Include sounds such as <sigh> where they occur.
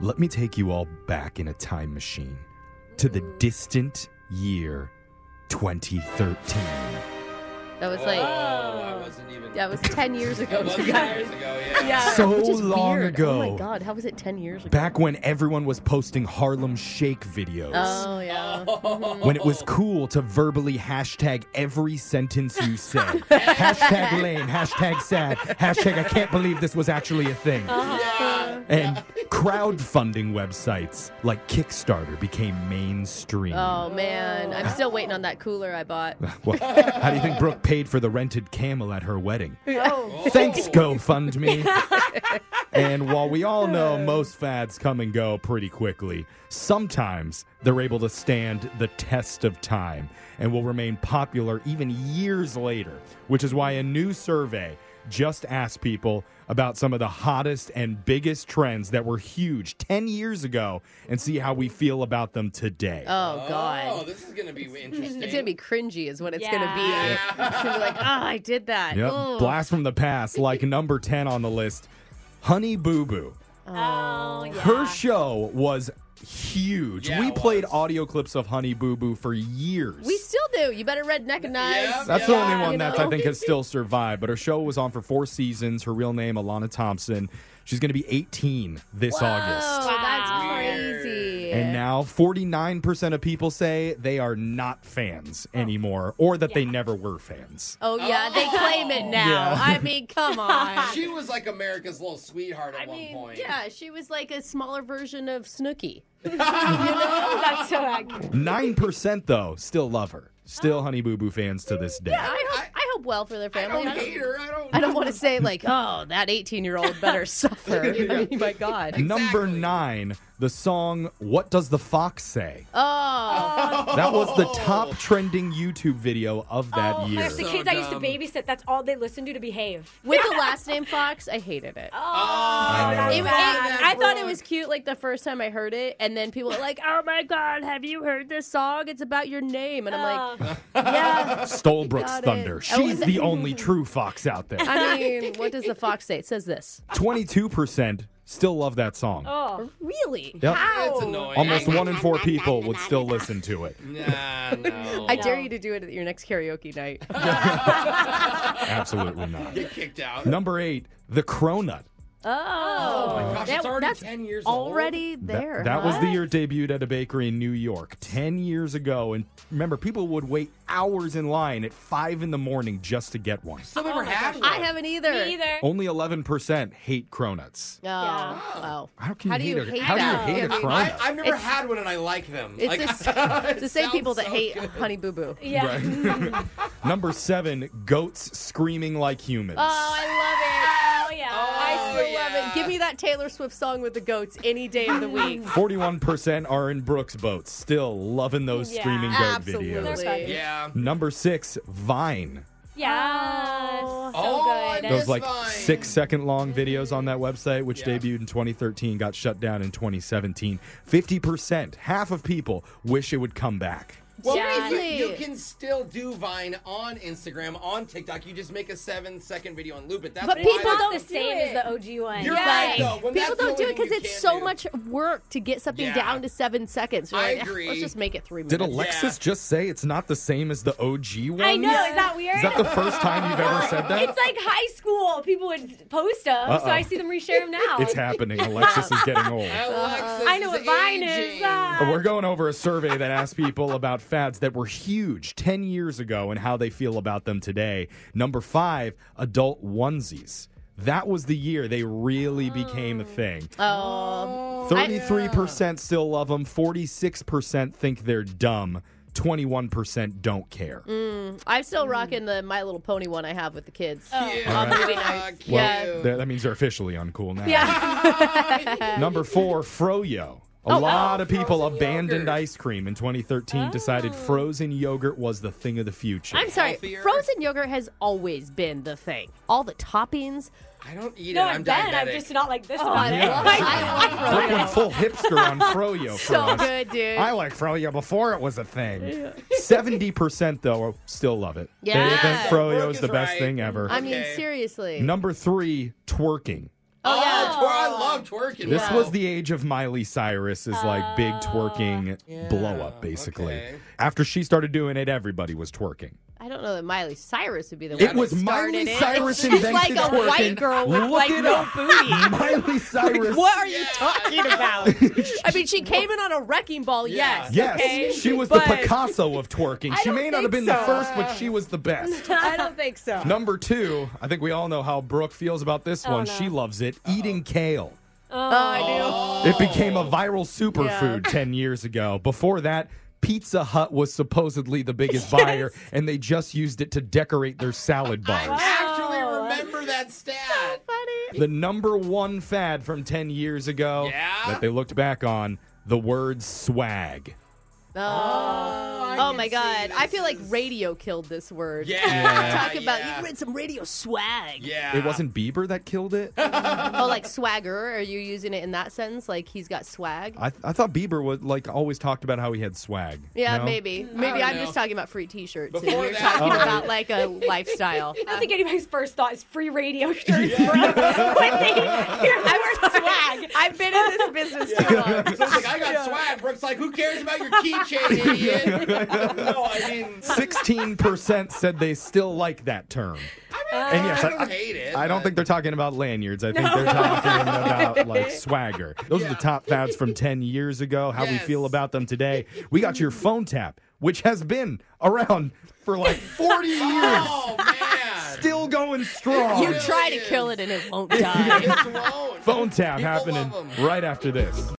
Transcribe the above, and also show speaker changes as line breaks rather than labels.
Let me take you all back in a time machine to the distant year 2013.
That was like
Oh, I wasn't even.
that was ten years ago.
That
<laughs>
was
you
ten years
guys.
ago, yeah.
Yeah,
So
which is
long
weird. Oh
ago.
my god, how was it ten years ago?
Back when everyone was posting Harlem Shake videos.
Oh yeah.
Oh.
when it was cool to verbally hashtag every sentence you
<laughs>
said. hashtag lame, hashtag sad, hashtag I can't believe this was actually a thing.
Uh-huh.
Yeah.
And crowdfunding websites like Kickstarter became mainstream.
Oh man, I'm still waiting on that cooler I bought.
<laughs> Well, how do you think Brooke paid for the rented camel at her wedding?
Oh.
Thanks, GoFundMe.
<laughs>
and while we all know most fads come and go pretty quickly, sometimes they're able to stand the test of time and will remain popular even years later, which is why a new survey just asked people about some of the hottest and biggest trends that were huge 10 years ago and see how we feel about them today.
Oh
Oh,
god.
this is gonna be interesting.
It's gonna be cringy, is what it's gonna be.
Yeah.
It's gonna be like, oh, I did that.
Yep.
Oh.
Blast from the past, like number 10 on the list, Honey Boo Boo.
Oh, yeah.
Her show was huge.
Yeah,
we
it
played
was.
audio clips of Honey Boo Boo for years.
We still do. You better Oh, redneckanize.
that's the
Yeah,
only one
you
that's
know.
I think has still survived. But her show was on for four seasons. Her real name, Alana Thompson. She's going to be 18 this
Oh,
August.
that's
Wow.
crazy.
And now 49% of people say they are not fans anymore or that they never were fans.
Oh yeah, they claim
Oh.
it now.
Yeah.
I mean,
<laughs>
come on.
<laughs> She was like America's little sweetheart at
I
one
mean,
point.
yeah, she was like a smaller version of Snooki. <laughs>
<laughs>
Oh, that's so accurate.
9% though still love her. Still Honey Boo Boo fans to this day.
I hope, I, hope well for their
I
family.
don't hate her. I don't.
I don't want to say like, oh, that 18 year old better
<laughs>
suffer. I mean, my God.
Number
Exactly.
nine, the song What Does the Fox Say?
Oh,
That was the top trending YouTube video of that
Oh,
year.
there's the
So
kids I used to
dumb.
babysit, that's all they listened to to behave.
with the last name Fox, I hated it.
Oh,
that's
It- it-
bad.
I thought it was cute like the first time I heard it, and then people were like, "Oh my God, have you heard this song? It's about your name." And I'm like,
Oh.
"Yeah."
Stole Brooke's
Got it. Oh,
thunder.
I
She's
was-
the only true fox out
<laughs>
there.
<laughs>
I mean, what does the fox say? It says this.
22% still love that song.
oh.
Really?
Yep.
It's annoying.
Almost one in four people would still listen to it.
Nah, no.
I dare you to do it at your next karaoke night.
Absolutely not.
get kicked out.
Number eight, The Cronut.
Oh,
my gosh,
That-
it's already
that's
ten years old.
already
That-
there.
That, was
huh?
the year it debuted at a bakery in New York 10 years ago. And remember, people would wait hours in line at 5 in the morning just to get one.
Still never had one.
Oh I haven't either.
Me either.
Only 11% hate cronuts.
Oh, wow.
How can you
How do you
hate, a,
hate
how
that?
do you hate a
I mean,
cronut?
I, have never
It's-
had one, and I like them.
It's,
like,
<laughs> the, s- it's the same
sounds
people that
so
hate
good.
Honey Boo Boo.
Yeah. <laughs>
Number seven, goats screaming like humans.
Oh, I love it.
Oh, yeah.
I still love
yeah.
it. Give me that Taylor Swift song with the goats any day of the week.
41% are in Brooks' boats, still loving those
Yeah,
screaming goat
Absolutely.
videos.
videos.
yeah.
Number six, Vine.
Yeah. So
Oh, I
good.
know.
Those
Miss
like
Vine.
six second long videos on that website, which
Yeah.
debuted in 2013, got shut down in 2017. 50%, half of people wish it would come back.
Well, you,
Seriously.
you can still do Vine on Instagram, on TikTok. You just make a seven-second video and loop it. That's
But
why
people
that's-
don't
the
do
same
it.
as the OG one.
You're
Like,
right, though.
people
When that's the
don't do
only
it because
thing you
it's
can't
so
do.
much work to get something
Yeah.
down to seven seconds. You're
I
like, "Eh, <laughs>
agree.
Let's just make it three minutes.
Did Alexis just say it's not the same as the OG one?
I know. Is that weird?
Is that the first time you've ever said that?
it's like high school. People would post them,
Uh-oh.
so I see them reshare them now.
It's happening. Alexis is getting old.
Alexis
I know
is
what Vine
aging.
is. Ah.
We're going over a survey that asked people about fads that were huge 10 years ago and how they feel about them today. Number five, adult onesies. That was the year they really became a thing.
Oh,
33% still love them, 46% think they're dumb, 21% don't care.
Mm, I'm still rocking the My Little Pony one I have with the kids.
Yeah.
movie nights.
Well,
Yeah.
th- that means they're officially uncool now.
Yeah. Oh,
Number four, Froyo. A lot of people
frozen
abandoned
yogurt.
ice cream in 2013, decided
Oh.
frozen yogurt was the thing of the future.
I'm sorry.
Healthier.
Frozen yogurt has always been the thing. All the toppings.
I don't eat
no,
it.
I'm,
I'm
done.
diabetic.
I'm just not like this about
I
<laughs>
it.
love, I love
Brooke went
Froyo.
full hipster
<laughs>
on Froyo for
So
us.
good, dude.
I like Froyo before it was a thing. Seventy percent though still love it. They
Yeah.
think
Yeah,
Froyo
Brooke
is the
is
best
right.
thing ever.
I mean,
Okay.
seriously.
Number three, twerking.
Oh, yeah,
twer- I love twerking.
This
bro.
was the age of Miley Cyrus's like
Ah.
big twerking
Yeah,
blow up, basically.
okay.
After she started doing it, everybody was twerking.
I don't know that Miley Cyrus would be the one.
It
who
was
started
Miley
it.
Cyrus
She's
invented
like a
twerking.
white girl with
Look
like
it
no
up. <laughs>
booty. <laughs>
Miley Cyrus.
What are you
Yeah.
talking about? I mean, she came in on a wrecking ball.
Yeah.
Yes.
Yes,
okay?
she was
But
the Picasso of twerking.
I
She may
don't
not have been
think
the
so.
first, but she was the best.
<laughs> I don't think so.
Number two, I think we all know how Brooke feels about this one. She loves it. Eating kale.
Oh, I
It became a
Oh.
viral superfood <laughs> 10 years ago. Before that, Pizza Hut was supposedly the
<laughs>
biggest buyer, and they just used it to decorate their salad
I
bars.
<laughs> actually
Oh.
remember that stat.
the number one fad from 10 years ago
Yeah?
that they looked back on the word swag.
do. Oh.
I
Oh
can
my
see
god! I
this
feel like
is-
radio killed this word.
Yeah,
Talk about
yeah.
you read some radio swag.
Yeah.
It wasn't Bieber that killed it.
<laughs> Oh, like swagger? Are you using it in that sense? Like he's got swag?
I, I thought Bieber was like always talked about how he had swag.
Yeah,
no?
<laughs>
maybe. Maybe
don't
I'm
know.
just talking about free T-shirts. and
Before
We're
that-
talking
Oh.
about like
<laughs>
a lifestyle.
I don't think anybody's first thought is
<laughs>
free radio shirts, bro. when they hear the word swag.
I've been in this business too long.
So I was
<laughs>
like, I got swag. Brooks like, who cares about
<laughs>
your keychain, idiot? no, I mean,
16% said they still like that term. and yes,
Uh,
I,
I don't hate it.
I don't
but-
think they're talking about lanyards. I think they're talking
<laughs>
about like swagger. Those are
Yeah.
the top fads from 10 years ago, how we
Yes.
feel about them today. We got your phone tap, which has been around for like 40 years,
<laughs> <laughs> Oh
<laughs>
man.
still going strong.
You try to kill it and it won't
<laughs>
die.
<laughs> It's wrong.
phone tap
People love
happening
'em.
right after this.